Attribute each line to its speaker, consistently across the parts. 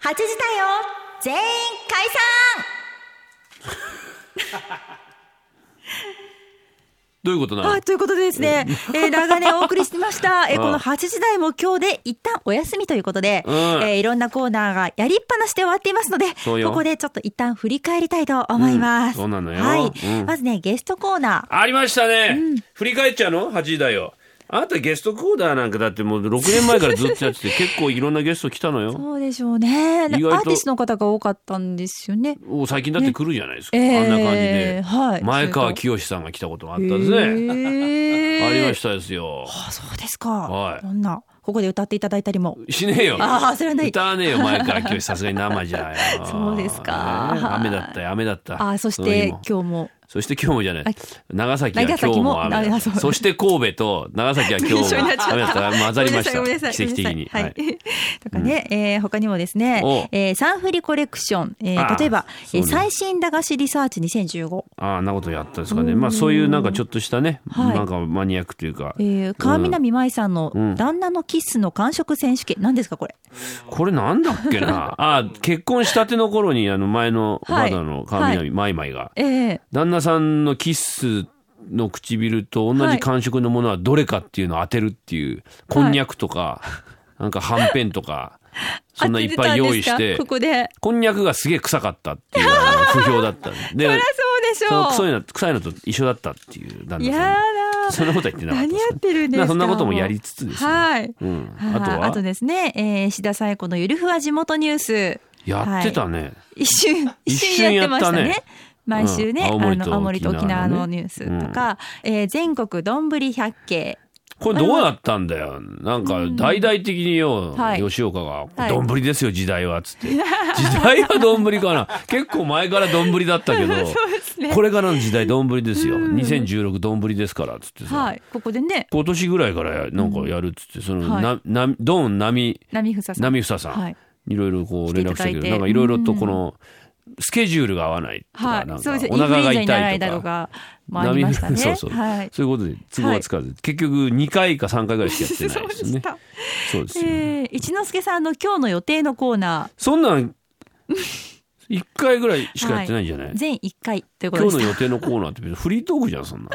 Speaker 1: 8時だよ全員解散
Speaker 2: どういうことなの
Speaker 1: はい、ということでですね、えー、長年お送りしてま した、えー
Speaker 2: うん
Speaker 1: この8時台も今日で一旦お休みということで、
Speaker 2: うん
Speaker 1: えーいろんなコーナーがやりっぱなしで終わっていますので、
Speaker 2: そうよ
Speaker 1: ここでちょっと一旦振り返りたいと思います。
Speaker 2: うんそうなのよ
Speaker 1: はい、
Speaker 2: うん
Speaker 1: まずね、ゲストコーナ
Speaker 2: ありましたね、振り返っちゃうの ?8 時だよ。あなたゲストコーナーなんかだってもう6年前からずっとや ってて結構いろんなゲスト来たの
Speaker 1: ー。
Speaker 2: よ。
Speaker 1: そうでしょうね。アーテ
Speaker 2: 意外と
Speaker 1: ィストの方が多かったんですよね。
Speaker 2: お最近だって来るじゃないですか。
Speaker 1: ね
Speaker 2: あんな感じ
Speaker 1: えー
Speaker 2: で。
Speaker 1: はい
Speaker 2: 前川
Speaker 1: それと
Speaker 2: 清さんが来たことがあ
Speaker 1: あ
Speaker 2: ったんですね。
Speaker 1: ね
Speaker 2: ありま
Speaker 1: し
Speaker 2: したですよ。
Speaker 1: た。あ、そうですか。
Speaker 2: はい
Speaker 1: こんな、ここで歌っていただいたりも。
Speaker 2: しねえよ。
Speaker 1: あーそれはない
Speaker 2: 歌わねえよ、前川清。さすがに生じゃよ。
Speaker 1: そうですか
Speaker 2: ねえ雨だったよ、雨だった。
Speaker 1: あ、そし
Speaker 2: の日
Speaker 1: て
Speaker 2: も
Speaker 1: 今日も。
Speaker 2: そして今日もじゃない
Speaker 1: あ。
Speaker 2: 長崎は今
Speaker 1: 長
Speaker 2: 日
Speaker 1: 崎も
Speaker 2: も雨だ
Speaker 1: あそう
Speaker 2: そして神戸と長崎は 今日も
Speaker 1: 一緒になっちゃった
Speaker 2: 雨だった。混ざりまし
Speaker 1: ごめんなさ
Speaker 2: た。
Speaker 1: い
Speaker 2: 奇跡的に。
Speaker 1: ごめんなさいはい。 とかね、えー他にもです
Speaker 2: おう
Speaker 1: ね、えーサンフリコレクション、えー
Speaker 2: ああ
Speaker 1: 例えば、えー
Speaker 2: そうね
Speaker 1: 最新駄菓子リサーチ2015、
Speaker 2: ああんなことやったんですかね。まあそういうなんかちょっとしたね、
Speaker 1: はい
Speaker 2: なんかマニアックというか、
Speaker 1: えー、川南舞さんの
Speaker 2: ん
Speaker 1: 旦那のキスの完食選手権、何ですかこれ。
Speaker 2: これなんだっけな。ああ結婚したての頃にあの前のお
Speaker 1: はい
Speaker 2: 肌の川南マイマイが
Speaker 1: えー
Speaker 2: 旦那さんのキスの唇と同じ感触のものはどれかっていうのを当てるっていう、こんにゃくとかなんかはんぺん とかそんないっぱい用意
Speaker 1: 当
Speaker 2: して
Speaker 1: たんです
Speaker 2: て
Speaker 1: かここで。
Speaker 2: こんにゃくがすげえ臭かったっていうのが不評だったんでで
Speaker 1: あ そうでし
Speaker 2: その臭
Speaker 1: ょ
Speaker 2: いの臭いのと一緒だったっていう旦
Speaker 1: う。
Speaker 2: 那
Speaker 1: やだ
Speaker 2: さんそんなことは言ってなかった
Speaker 1: 何
Speaker 2: で
Speaker 1: や
Speaker 2: すね
Speaker 1: ってるんです
Speaker 2: ま
Speaker 1: か
Speaker 2: あそんなこともやりつつですね
Speaker 1: はい。
Speaker 2: うん、
Speaker 1: はい
Speaker 2: あとは
Speaker 1: あとですね、えー、石田紗友子のゆるふわ地元ニュース。
Speaker 2: やってたね、
Speaker 1: 一瞬、一
Speaker 2: 一
Speaker 1: 瞬
Speaker 2: 瞬
Speaker 1: やってました
Speaker 2: やった
Speaker 1: ね
Speaker 2: ね。
Speaker 1: 毎週ね、
Speaker 2: うん
Speaker 1: あ
Speaker 2: 青森と
Speaker 1: の青森と沖
Speaker 2: 沖縄
Speaker 1: 縄の
Speaker 2: のね
Speaker 1: ニュースとか、えー全国どんぶり百景。
Speaker 2: これどうなったんだよなんか大々的によ、
Speaker 1: はい
Speaker 2: 吉岡が
Speaker 1: はい
Speaker 2: 「どんぶりですよ時代は」っつって時代はどんぶ りかな結構前からどんぶりだったけど
Speaker 1: ですね
Speaker 2: これからの時代どんぶりですよ2016どんぶりですからっつってさ、
Speaker 1: はい、ここでね、
Speaker 2: 今年ぐらいからやなんかやるっつってその、
Speaker 1: はい
Speaker 2: ななドン波
Speaker 1: 波房さん。
Speaker 2: 波房さん、
Speaker 1: はいい、
Speaker 2: ろいろこう連絡したけ
Speaker 1: 来ていただいて
Speaker 2: どなんかいろいろとこのスケジュールが合わないとか,、
Speaker 1: はい
Speaker 2: なん、
Speaker 1: そう
Speaker 2: か
Speaker 1: です。イ
Speaker 2: お
Speaker 1: ンフルエン
Speaker 2: 腹が
Speaker 1: ザになら
Speaker 2: 痛
Speaker 1: れ
Speaker 2: い
Speaker 1: た
Speaker 2: とか
Speaker 1: とかもありましたね。
Speaker 2: そうそう、
Speaker 1: はい。
Speaker 2: そういうことで都合はつかず、結局2回か3回ぐらいしかやってないで す
Speaker 1: そうでし
Speaker 2: ね
Speaker 1: た。
Speaker 2: そうですよ、
Speaker 1: えー、一之輔さんの今日の予定のコーナ
Speaker 2: そんなん1回ぐらいしかやってないんじゃない、
Speaker 1: ー、全1回ということ
Speaker 2: 今
Speaker 1: で
Speaker 2: 日
Speaker 1: し
Speaker 2: の
Speaker 1: た。
Speaker 2: 予定のコーナーって別にフリートークじゃんそんな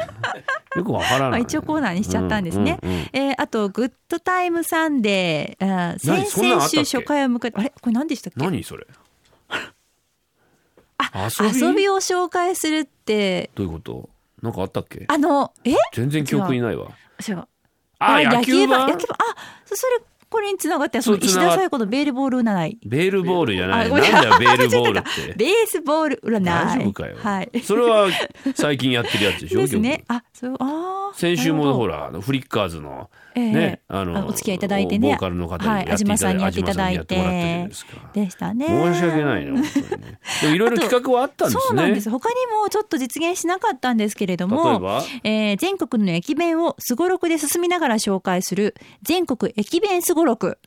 Speaker 2: のよくわから
Speaker 1: ま
Speaker 2: な
Speaker 1: あ、
Speaker 2: い、
Speaker 1: 一応コーナーにしちゃったんですね。
Speaker 2: うんうんうん
Speaker 1: えーあと、グッドタイムサンデー、あー
Speaker 2: 何
Speaker 1: 先
Speaker 2: そんなの
Speaker 1: 々
Speaker 2: あったっ
Speaker 1: 週
Speaker 2: け
Speaker 1: 初回を迎えて、あれこれ何でしたっけ
Speaker 2: 何それあ遊び
Speaker 1: 遊びを紹介するって、
Speaker 2: どういうことなんかあったっけ
Speaker 1: あの、え
Speaker 2: 全然記憶にないわ
Speaker 1: 違う。
Speaker 2: あ野球盤
Speaker 1: 野球盤あ、そそれ、これに繋がって、その
Speaker 2: そう
Speaker 1: 石
Speaker 2: 繋がっ
Speaker 1: 田紗子のベールボール占い。
Speaker 2: ベールボールじゃない
Speaker 1: あご
Speaker 2: なん
Speaker 1: めん
Speaker 2: だよベールボール
Speaker 1: 間違えた
Speaker 2: って
Speaker 1: ベースボール占い。
Speaker 2: 大丈夫かよ、
Speaker 1: はい。
Speaker 2: それは最近やってるやつでしょ
Speaker 1: です
Speaker 2: 今日
Speaker 1: ね。あ、そう、あー
Speaker 2: 先週もほ
Speaker 1: なる
Speaker 2: らあのフリッカーズの
Speaker 1: ええ
Speaker 2: ね、あの
Speaker 1: あお付き合いいただいてね
Speaker 2: ボーカルの方に
Speaker 1: は
Speaker 2: や
Speaker 1: い
Speaker 2: ってい
Speaker 1: 安嶋
Speaker 2: た
Speaker 1: さ
Speaker 2: だ
Speaker 1: ん
Speaker 2: い
Speaker 1: にやっていただいて
Speaker 2: 安嶋さんにやってもらっ
Speaker 1: ほどでした
Speaker 2: たじゃない
Speaker 1: ね。
Speaker 2: ですか。申し訳ないな本当にね。でもいろいろ企画はあったんですね。
Speaker 1: そうなんです。他にもちょっと実現しなかったんですけれど
Speaker 2: 例え
Speaker 1: も、
Speaker 2: ば
Speaker 1: えー全国の駅弁をすごろくで進みながら紹介する全国駅弁すごろく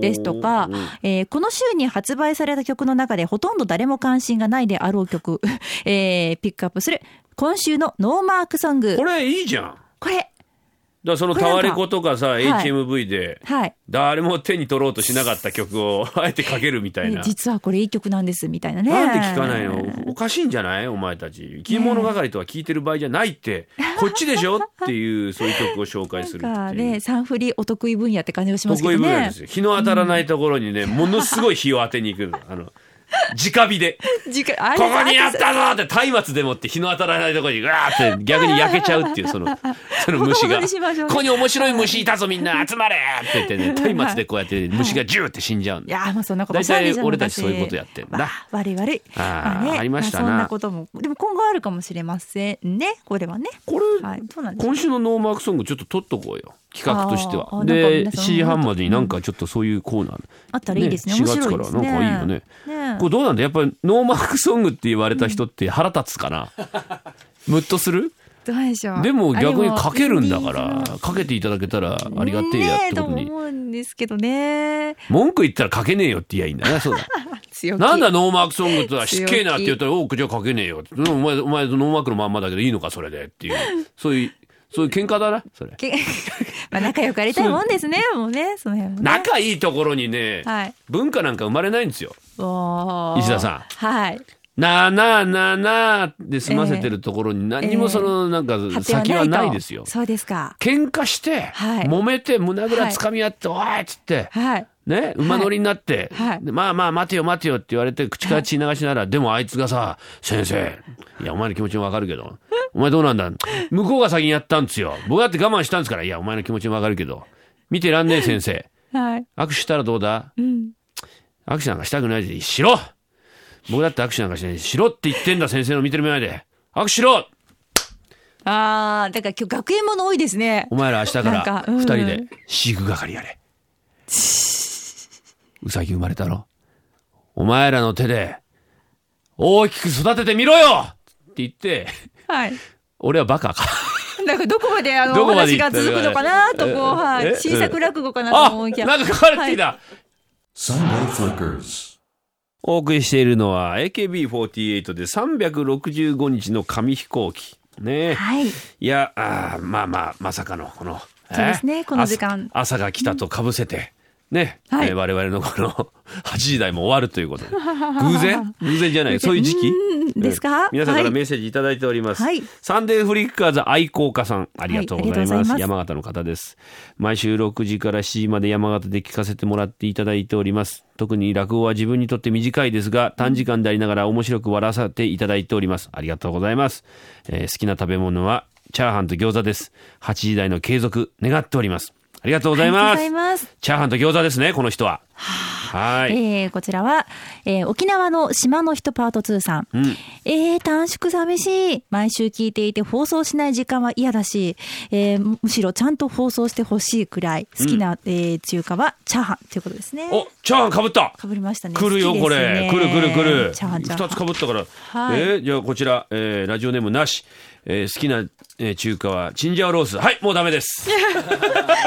Speaker 1: ですとか
Speaker 2: おー、
Speaker 1: えーこの週に発売された曲の中でほとんど誰も関心がないであろう曲、 えーピックアップする今週のノーマークソング
Speaker 2: こ。れいいじゃん。だか
Speaker 1: これ、
Speaker 2: らそのタワレコとかさ
Speaker 1: れなんか
Speaker 2: HMV で
Speaker 1: はい。
Speaker 2: 誰も手に取ろうとしなかった曲をあえてかけるみたい
Speaker 1: え
Speaker 2: な。
Speaker 1: 実はこれいい曲なんです、みたいなね。
Speaker 2: なんで聞かないのおかしいんじゃないお前たち生き物係とは聞いてる場合じゃないってこっちでしょっていうそういう曲を紹介するっていう
Speaker 1: なんかね、サンフリお得意分野って感じがしますけ
Speaker 2: 得意
Speaker 1: ど
Speaker 2: 分野
Speaker 1: ね
Speaker 2: で。すよ日の当たらないところにね、ものすごい日を当てに行くの あの直火で
Speaker 1: 時間
Speaker 2: 「
Speaker 1: あ
Speaker 2: こ
Speaker 1: れ
Speaker 2: こにあっ
Speaker 1: あれ
Speaker 2: たぞ!」って松明でもって日の当たらないところにうわーって逆に焼けちゃうっていう そのその虫
Speaker 1: ほどほど
Speaker 2: が
Speaker 1: にしましょう
Speaker 2: こ
Speaker 1: ね
Speaker 2: こに面白い虫いたぞみんな集まれ!」っ て言ってね松明でこうやって虫がジューって死んじゃうん
Speaker 1: い
Speaker 2: だ
Speaker 1: やーもうそんなこと
Speaker 2: 大体
Speaker 1: おしゃれじゃん
Speaker 2: 俺たちそういうことやってんだ
Speaker 1: わあ悪い悪い。
Speaker 2: あーありましたな
Speaker 1: あそんなこともでも今後あるかもしれませんね。これはね。
Speaker 2: これ
Speaker 1: はい。そうなんです。
Speaker 2: 今週のノーマークソングちょっと取っとこうよ企画として
Speaker 1: あーあ
Speaker 2: は
Speaker 1: ーなんか
Speaker 2: で
Speaker 1: 皆
Speaker 2: 7
Speaker 1: さん
Speaker 2: 時半までになんかちょっとそういうコーナー
Speaker 1: あったらいいですね。
Speaker 2: ね
Speaker 1: 面白いですね。
Speaker 2: 4月からなんかいいよ
Speaker 1: ね
Speaker 2: これどうなんだやっぱりノーマークソングって言われた人って腹立つ かな、ムッとする
Speaker 1: どうでしょう。
Speaker 2: でも逆にかけるんだか
Speaker 1: あ
Speaker 2: ら
Speaker 1: れは
Speaker 2: かけていただけたらありがてえやってこと
Speaker 1: ねえ
Speaker 2: に
Speaker 1: と思うんですけどね。
Speaker 2: 文句言ったらかけねえよって言いゃいいんだなそうだ
Speaker 1: 強気。
Speaker 2: なんだノーマークソングとはし
Speaker 1: 強
Speaker 2: っ
Speaker 1: 気
Speaker 2: けえな って言ったら「おうじゃあかけねえよ」うんお前お前ノーマークのまんまだけどいいのかそれで」っていうそういうそういう喧嘩だなそれ
Speaker 1: け まあ仲良くやりたいもんですねもうねその辺もね
Speaker 2: 仲いいところにね、
Speaker 1: はい
Speaker 2: 文化なんか生まれないんですよ
Speaker 1: おー
Speaker 2: 石田さ
Speaker 1: はい
Speaker 2: なあなあなあなあで済ませてるところに何にもそのなんか
Speaker 1: 発
Speaker 2: 先
Speaker 1: 表
Speaker 2: は
Speaker 1: は
Speaker 2: な
Speaker 1: ない
Speaker 2: い
Speaker 1: と
Speaker 2: ですよ、
Speaker 1: そうですか
Speaker 2: 喧嘩して、
Speaker 1: はい
Speaker 2: 揉めて胸ぐらつかみ合って「おい!」っつって、
Speaker 1: はい
Speaker 2: ね、馬乗りになって、
Speaker 1: はい
Speaker 2: でまあまあ待てよ待てよって言われて口から血流しながら、でもあいつがさ「先生いやお前の気持ちもわかるけどお前どうなんだ向こうが先にやったんですよ僕だって我慢したんですからいやお前の気持ちもわかるけど見てらんねえ先生
Speaker 1: はい
Speaker 2: 握手したらどうだ
Speaker 1: うん
Speaker 2: 握手なんかしたくないでしろ僕だって握手なんかしないでしろって言ってんだ先生の見てる目で握手しろ
Speaker 1: ああだから今日学園もの多いですね
Speaker 2: お前ら明日か
Speaker 1: なん
Speaker 2: ら
Speaker 1: か
Speaker 2: 二人
Speaker 1: う
Speaker 2: で
Speaker 1: ん
Speaker 2: 飼育係やれ。うさぎ生まれたろ。お前らの手で大きく育ててみろよって言って、
Speaker 1: はい
Speaker 2: 俺はバカか。
Speaker 1: なんかどこまであの
Speaker 2: ど
Speaker 1: お
Speaker 2: こまで
Speaker 1: 話
Speaker 2: 行
Speaker 1: が
Speaker 2: ったら
Speaker 1: 続くのかなとこう
Speaker 2: え
Speaker 1: は
Speaker 2: え
Speaker 1: い新作落語かなと
Speaker 2: あ、
Speaker 1: 思いきや
Speaker 2: なんか書かれてきた。
Speaker 3: Sunday Flickers.
Speaker 2: お送りしているのは AKB48 で365日の紙飛行機。ねえ
Speaker 1: はい
Speaker 2: いやあーまあまあまさかのこの
Speaker 1: そうですね
Speaker 2: えー
Speaker 1: この時間
Speaker 2: 朝朝が来たとかぶせて、ね、
Speaker 1: はい
Speaker 2: えー我々のこの 8時台も終わるということ で偶然偶然じゃないそういう時期
Speaker 1: うんですか
Speaker 2: うん皆さんから
Speaker 1: はい
Speaker 2: メッセージいただいております、
Speaker 1: はい
Speaker 2: サンデーフリッカーズ愛好家さんありがとうございます,、
Speaker 1: はいありがとうございます
Speaker 2: 山形の方です毎週6時から7時まで山形で聞かせてもらっていただいております特に落語は自分にとって短いですが短時間でありながら面白く笑わせていただいておりますありがとうございます、えー好きな食べ物はチャーハンと餃子です8時台の継続願っておりますありがとうござい
Speaker 1: あ
Speaker 2: ま
Speaker 1: りがとうござ
Speaker 2: す
Speaker 1: います
Speaker 2: チャーハンと餃子ですねこの人ははい
Speaker 1: えーこちらは、えー沖縄の島の人パート2さん。えー短縮寂しい。毎週聞いていて放送しない時間は嫌だし、えーむしろちゃんと放送してほしいくらい。好きな、えー中華はチャーハンということですね。
Speaker 2: おチャーハンかぶった
Speaker 1: かぶりましたね。
Speaker 2: 来る
Speaker 1: 好
Speaker 2: よ
Speaker 1: きです
Speaker 2: これ
Speaker 1: ね
Speaker 2: 来る来る来る
Speaker 1: チャーハンチャーハ
Speaker 2: 2
Speaker 1: ン
Speaker 2: つかぶったから、
Speaker 1: はい
Speaker 2: えーじゃあこちら、えーラジオネームなし、えー好きな、えー中華はチンジャオロースはいもうダメです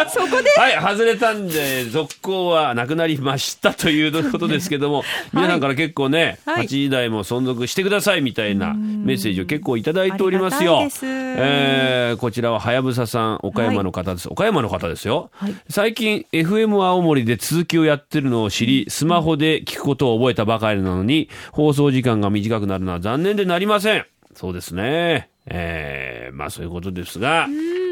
Speaker 1: そこで
Speaker 2: はい外れたんで続行はなくなりましたということですけども、皆さんから結構ね、
Speaker 1: はい
Speaker 2: 8時台も存続してくださいみたいなメッセージを結構いただいておりますよ
Speaker 1: ありがたいです
Speaker 2: えーこちらははやぶささん岡山の方です、岡山の方ですよ、
Speaker 1: はい
Speaker 2: 最近 FM 青森で続きをやってるのを知りスマホで聞くことを覚えたばかりなのに放送時間が短くなるのは残念でなりませんそうですねえー、まあそういうことですが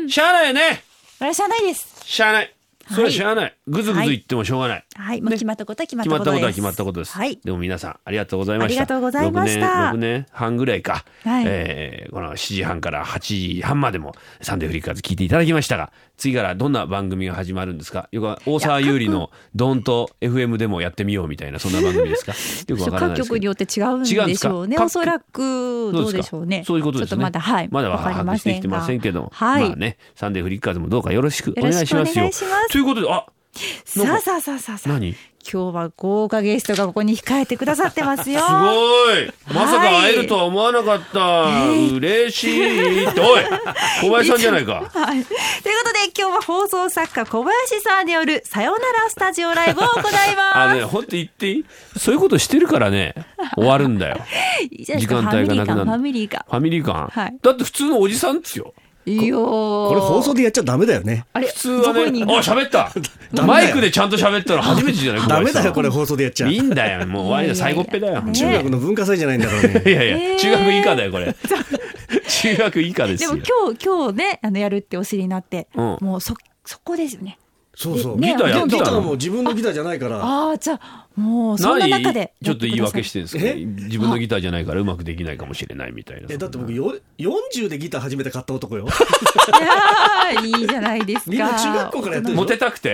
Speaker 2: しゃあないよね
Speaker 1: 私はないです。
Speaker 2: しゃあないそれはしゃあない、ぐずぐず言ってもしょうがない、
Speaker 1: はい。もう決まったことは決まっ
Speaker 2: 決
Speaker 1: た
Speaker 2: まっ
Speaker 1: こ
Speaker 2: た
Speaker 1: とです。
Speaker 2: ことは決まったことです。
Speaker 1: はい。
Speaker 2: でも皆さんありがとうございました。
Speaker 1: ありがとうございました
Speaker 2: 6年 ,6 年半ぐらいか、
Speaker 1: はい
Speaker 2: えーこの7時半から8時半までもサンデーフリッカーズ聞いていただきましたが、次からどんな番組が始まるんですか。よくは大沢優里のドンと FM でもやってみようみたいなそんな番 組ですか。よくわからな
Speaker 1: 各
Speaker 2: いです
Speaker 1: 局
Speaker 2: け
Speaker 1: に
Speaker 2: ど。
Speaker 1: よって違うんでしょうね。
Speaker 2: 違うんですか各局
Speaker 1: おそらくどうでしょうね。
Speaker 2: そういうことですね。
Speaker 1: ちょっとまだはい。
Speaker 2: まだは
Speaker 1: わかり
Speaker 2: 把握
Speaker 1: ま
Speaker 2: して
Speaker 1: せ
Speaker 2: き
Speaker 1: ん
Speaker 2: てま
Speaker 1: が
Speaker 2: せんけども、
Speaker 1: はい。
Speaker 2: まあね、サンデーフリッカーズもどうかよろしくお願いし
Speaker 1: よ
Speaker 2: ま
Speaker 1: ろ
Speaker 2: す
Speaker 1: しくお
Speaker 2: よ。
Speaker 1: 願いします
Speaker 2: ということで、あ、
Speaker 1: さあさあさあさあさあ。
Speaker 2: 何？
Speaker 1: 今日は豪華ゲストがここに控えてくださってますよ。
Speaker 2: すごいまさか会えるとは思わなかった、嬉しいっておい小林さんじゃないか
Speaker 1: はい。ということで今日は放送作家小林さんによるさよならスタジオライブを行い
Speaker 2: あの
Speaker 1: ま
Speaker 2: ね本当言っていいそういうことしてるからね終わるんだよ
Speaker 1: す。いいじゃない
Speaker 2: 時
Speaker 1: ですか
Speaker 2: 間帯がなくなる
Speaker 1: ファミリーが。
Speaker 2: ファミリー感、
Speaker 1: はい
Speaker 2: だって普通のおじさんっすよ
Speaker 1: ファミリーがいいよ
Speaker 4: こ
Speaker 1: こ
Speaker 4: れ放送でやっちゃダメだよね。
Speaker 1: あれ
Speaker 2: 普通は
Speaker 1: どこ
Speaker 2: ね
Speaker 1: に
Speaker 2: あ
Speaker 1: いる
Speaker 2: 喋った
Speaker 4: ダメだよ
Speaker 2: マイクでちゃんと喋ったの初めて じゃない小
Speaker 4: ダメ
Speaker 2: 林さん
Speaker 4: だよ、これ放送でやっちゃ。
Speaker 2: いいんだよもう終わりだ最後っぺだよ、
Speaker 1: ね
Speaker 4: 中学の文化祭じゃないんだからね。
Speaker 2: いやいや
Speaker 1: えー
Speaker 2: 中学以下だよこれ中学以下です
Speaker 1: で
Speaker 2: よ
Speaker 1: も今日今日ねあのやるってお知りになって、
Speaker 2: うん
Speaker 1: もうそそこですよね。
Speaker 4: そうそう。
Speaker 1: ね
Speaker 4: ギ
Speaker 2: ギターやって
Speaker 4: タ
Speaker 2: た
Speaker 4: ー
Speaker 2: の
Speaker 4: も自分のギターじゃないから。
Speaker 1: ああじゃあもうそんな中で
Speaker 2: ちょっと言い訳しててるんですけど
Speaker 4: え
Speaker 2: 自分のギターじゃないからうまくできないかもしれないみたいな
Speaker 4: え、だって僕よ、40でギター初めて買った男よ。
Speaker 1: いやーいいじゃない ですか。
Speaker 4: みんな中学校からやってる
Speaker 2: モ
Speaker 4: で
Speaker 2: テ
Speaker 4: した
Speaker 2: くて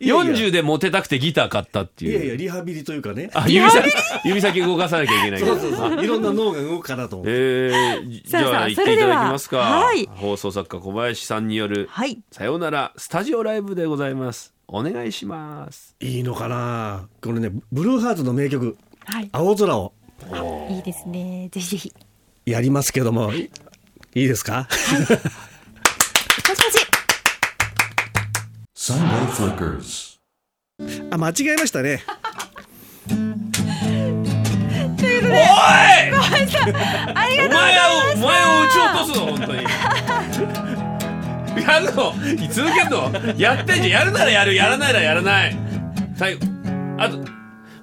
Speaker 4: いやいや
Speaker 2: 40でモテたくてギター買ったって
Speaker 4: ょ。
Speaker 2: い
Speaker 4: いうやいや、リハビリというかね。
Speaker 2: あ指先 指先動かさなきゃいけないから
Speaker 4: そうそうそう。いろんな脳が動くかなと思って。
Speaker 2: えーじじ
Speaker 1: さあさあ
Speaker 2: ゃあ行っ
Speaker 1: そ
Speaker 2: て
Speaker 1: れ
Speaker 2: い
Speaker 1: で
Speaker 2: た
Speaker 1: は
Speaker 2: だきますか、
Speaker 1: はい
Speaker 2: 放送作家小林さんによる
Speaker 1: はい
Speaker 2: 「さよならスタジオライブ」でございますお願いします
Speaker 4: いいのかなこれね、ブルーハーツの名曲、
Speaker 1: はい
Speaker 4: 青空を
Speaker 1: いいですねぜひぜひ。
Speaker 4: やりますけども、いいですか
Speaker 1: パチパチ
Speaker 3: Sunday Flickers.
Speaker 4: あ、間違えましたね。
Speaker 2: おい
Speaker 1: ありが
Speaker 2: お前をお前を撃ち落とすの本当にやるの続けるのやってんじゃんやるならやるやらないならやらない最後あともう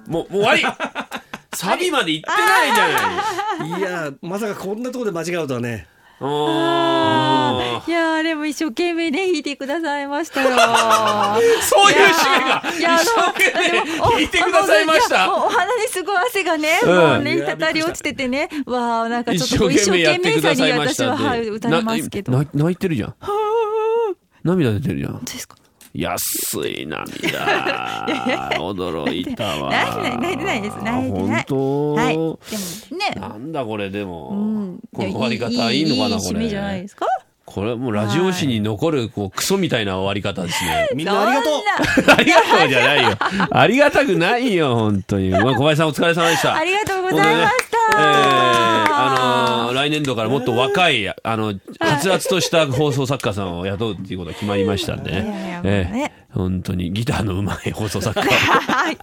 Speaker 2: もう終わりサビまで行ってないじ
Speaker 4: いやーまさかこんなところで間違うとはね
Speaker 2: ゃないおー
Speaker 1: いやーでも一生懸命ね弾いてくださいましたよ。
Speaker 2: そういう締めが
Speaker 1: いやあの
Speaker 2: 一生懸
Speaker 1: で
Speaker 2: 命
Speaker 1: もお
Speaker 2: 弾いてくださいまし
Speaker 1: あのいやお
Speaker 2: た
Speaker 1: お鼻にすごい汗がね、
Speaker 2: うん
Speaker 1: もうね、滴り落ちててね、わあ、なんかちょっとこう一生懸命さに私は、はい、歌いますけど。
Speaker 2: な
Speaker 1: 本
Speaker 2: な泣いてるじゃん涙出てるじゃん
Speaker 1: 当ですか。
Speaker 2: 安い 涙驚いたわ
Speaker 1: 泣いてない泣いてないです泣いてない
Speaker 2: あ本当、
Speaker 1: はい。でもね、
Speaker 2: なんだこれでも、
Speaker 1: うん、
Speaker 2: この終わり方いいのかなこ
Speaker 1: 締めじゃない
Speaker 2: れ
Speaker 1: ですか。
Speaker 2: これもうラジオ史に残るこうクソみたいな終わり方ですね
Speaker 4: みんなありがとう
Speaker 1: う。
Speaker 2: ありがとうじゃないよありがたくないよ本当 に、まあ、小林さんお疲れ様でした
Speaker 1: ありがとうございました。
Speaker 2: えーあのー来年度からもっと若い、あの、はつらつとした放送作家さんを雇うっていうことが決まりましたんで
Speaker 1: いやいや
Speaker 2: ね。
Speaker 1: もう
Speaker 2: え
Speaker 1: ね
Speaker 2: ー本当にギターの上手い放 送作家。びっ
Speaker 1: はい。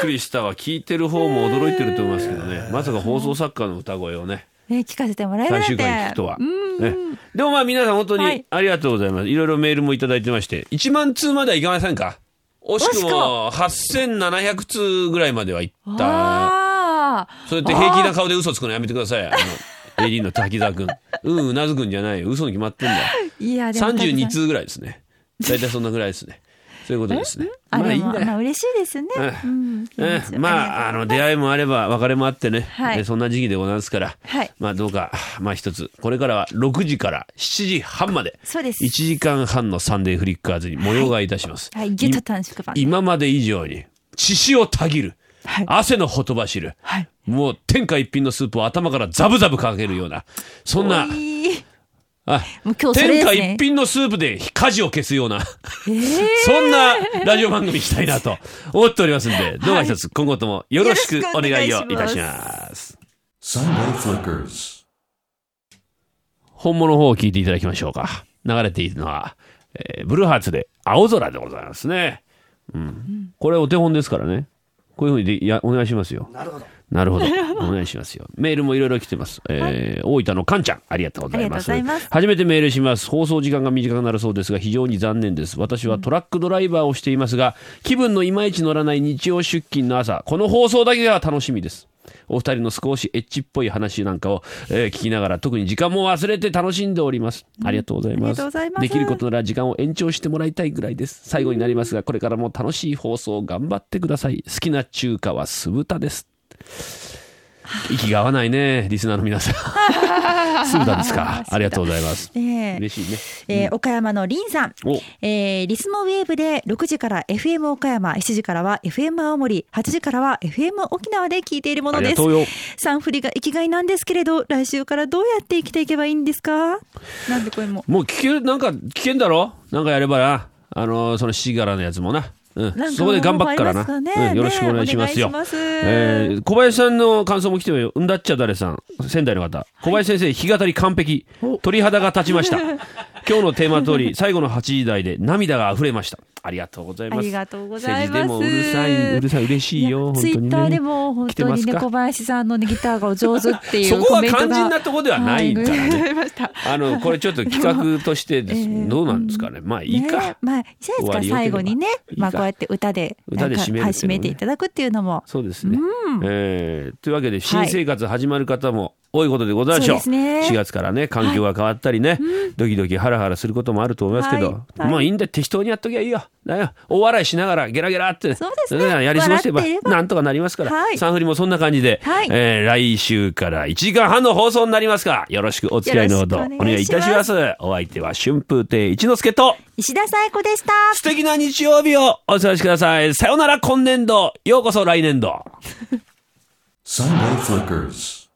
Speaker 2: くりしたわ。聞いてる方も驚いてると思いますけどね。まさか放送作家の歌声をね、
Speaker 1: ね、聞かせてもらえるなん
Speaker 2: 最
Speaker 1: て。
Speaker 2: 終回に聞くとは。
Speaker 1: うん。
Speaker 2: ねでもまあ皆さん本当
Speaker 1: は
Speaker 2: に
Speaker 1: い
Speaker 2: ありがとうございます。いろいろメールもいただいてまして、1万通まではいかませんか惜しくも8700通ぐらいまではいった
Speaker 1: ああ。
Speaker 2: そうやって平気な顔で嘘つくのやめてください。あの、AD の滝沢くん。 うん、うなずくんじゃないよ。嘘に決まってんだよ。
Speaker 1: いや、でも。
Speaker 2: 32通ぐらいですね。大体そんなぐらいですね。そういうことですね。
Speaker 1: あ、
Speaker 2: まあい
Speaker 1: で
Speaker 2: いん
Speaker 1: も、
Speaker 2: だ
Speaker 1: まあ、
Speaker 2: よ。
Speaker 1: 嬉しいですね。
Speaker 2: う
Speaker 1: うん。
Speaker 2: ええまあ、あの、出会いもあれば、別れもあってね、
Speaker 1: はい
Speaker 2: えそんな時期でございますから、
Speaker 1: はい
Speaker 2: まあ、どうか、まあ、一つ、これからは6時から7時半まで、
Speaker 1: そうです
Speaker 2: 1時間半のサンデーフリッカーズに模様替えいたします。
Speaker 1: はい、ギュッと短縮版。
Speaker 2: 今まで以上に、血潮をたぎる、
Speaker 1: はい
Speaker 2: 汗のほとばしる、
Speaker 1: はい。
Speaker 2: もう天下一品のスープを頭からザブザブかけるような、そんな、あ
Speaker 1: もう今日それです
Speaker 2: 天下
Speaker 1: ね
Speaker 2: 一。品のスープで火事を消すような、
Speaker 1: ええ
Speaker 2: そんなラジオ番組にしたい なと思っておりますんで、どうか一つ今後ともよろしくお願いを
Speaker 1: よ
Speaker 2: いたし
Speaker 1: ろしくお
Speaker 2: ます。
Speaker 3: Sunday Flickers.
Speaker 2: 本物の方を聞いていただきましょうか。流れているのは、えーブルーハーツで青空でございますね。うん。これお手本ですからね。こういうふうにでいやお願いしますよ。
Speaker 4: なるほど
Speaker 2: なるほど。お願いしますよ。メールもいろいろ来てます。えー大分のかんちゃん、ありがとうございます。
Speaker 1: ありがとうございます
Speaker 2: 初めてメールします。放送時間が短くなるそうですが、非常に残念です。私はトラックドライバーをしていますが、気分のいまいち乗らない日曜出勤の朝、この放送だけが楽しみです。お二人の少しエッチっぽい話なんかを、えー聞きながら、特に時間も忘れて楽しんでおります。ありがとうござい
Speaker 1: あり
Speaker 2: ま
Speaker 1: が
Speaker 2: す。
Speaker 1: とうございます
Speaker 2: できることなら時間を延長してもらいたいぐらいです。最後になりますが、これからも楽しい放送を頑張ってください。好きな中華は酢豚です。息が合わないね、リスナーの皆さん。 酢豚ですか。ありがとうございます。
Speaker 1: ねえ
Speaker 2: 嬉しいね。
Speaker 1: えー、岡山のりんさん。
Speaker 2: お、
Speaker 1: えー、リスモウェーブで6時から FM 岡山、7時からは FM 青森、8時からは FM 沖縄で聞いているも
Speaker 2: あ
Speaker 1: の
Speaker 2: り
Speaker 1: で
Speaker 2: が
Speaker 1: す
Speaker 2: と。うよ。
Speaker 1: サンフリが生きがいなんですけれど、来週からどうやって生きていけばいいんですかなんでこれも。
Speaker 2: もう聞ける、なんか聞けんだろなんかやればな。あのー、そのシガラのやつもな。うん
Speaker 1: な、ん
Speaker 2: そこで頑張っから
Speaker 1: 方法あ
Speaker 2: な、
Speaker 1: りますかね
Speaker 2: うん。よろしくお願いしますよ。
Speaker 1: ねお願いします
Speaker 2: えー小林さんの感想も来てもよ。うんだっちゃ誰さん、仙台の方。小林先生、日語り完璧。鳥肌が立ち ました。今日のテーマ通り、最後の8時台で涙が溢れました。ありがとうございます。
Speaker 1: ありがとうございます
Speaker 2: 政治でもうるさい、うるさい、嬉しいよ。
Speaker 1: ツイ
Speaker 2: 本当にね
Speaker 1: ッターでも本
Speaker 2: 来て
Speaker 1: 当
Speaker 2: ま
Speaker 1: に
Speaker 2: す
Speaker 1: ね
Speaker 2: か
Speaker 1: 小林さんのねギターがお上手ってい
Speaker 2: そうこ
Speaker 1: コ
Speaker 2: は
Speaker 1: メントが
Speaker 2: 肝心なとこではないからね
Speaker 1: はございました。
Speaker 2: あの、これちょっと企画としてです、
Speaker 1: ええ
Speaker 2: どうなんですかね。まあいいか。
Speaker 1: ね、まあいいじゃないです
Speaker 2: 終わ
Speaker 1: か
Speaker 2: りよければ
Speaker 1: 最後にね
Speaker 2: いいか
Speaker 1: まあこうやって歌で
Speaker 2: 歌で締め
Speaker 1: は
Speaker 2: るっていうのもね
Speaker 1: い締めていただくっていうのも
Speaker 2: そうですね、えーというわけで新生活始まる方も多いことでございましょう,、
Speaker 1: そうですね
Speaker 2: 4月からね環境が変わったりね、ドキドキハラハラすることもあると思いますけど、
Speaker 1: はいはい
Speaker 2: まあいいんだよ適当にやっときゃいいよだよ大笑いしながらゲラゲラって
Speaker 1: そうですね
Speaker 2: んやり過ごせば
Speaker 1: 笑っていれば
Speaker 2: なんとかなりますから、
Speaker 1: はい
Speaker 2: サンフリもそんな感じで、
Speaker 1: はい
Speaker 2: えー来週から1時間半の放送になりますからよろしくお付き合いのほど
Speaker 1: よ
Speaker 2: お
Speaker 1: ろしくお
Speaker 2: 願
Speaker 1: 願
Speaker 2: い
Speaker 1: い
Speaker 2: い
Speaker 1: しま
Speaker 2: た
Speaker 1: す
Speaker 2: しますお相手は春風亭一之輔と
Speaker 1: 石田紗友子でした。
Speaker 2: 素敵な日曜日をお過ごしくださいさよなら今年度ようこそ来年度
Speaker 3: Sunday Flickers.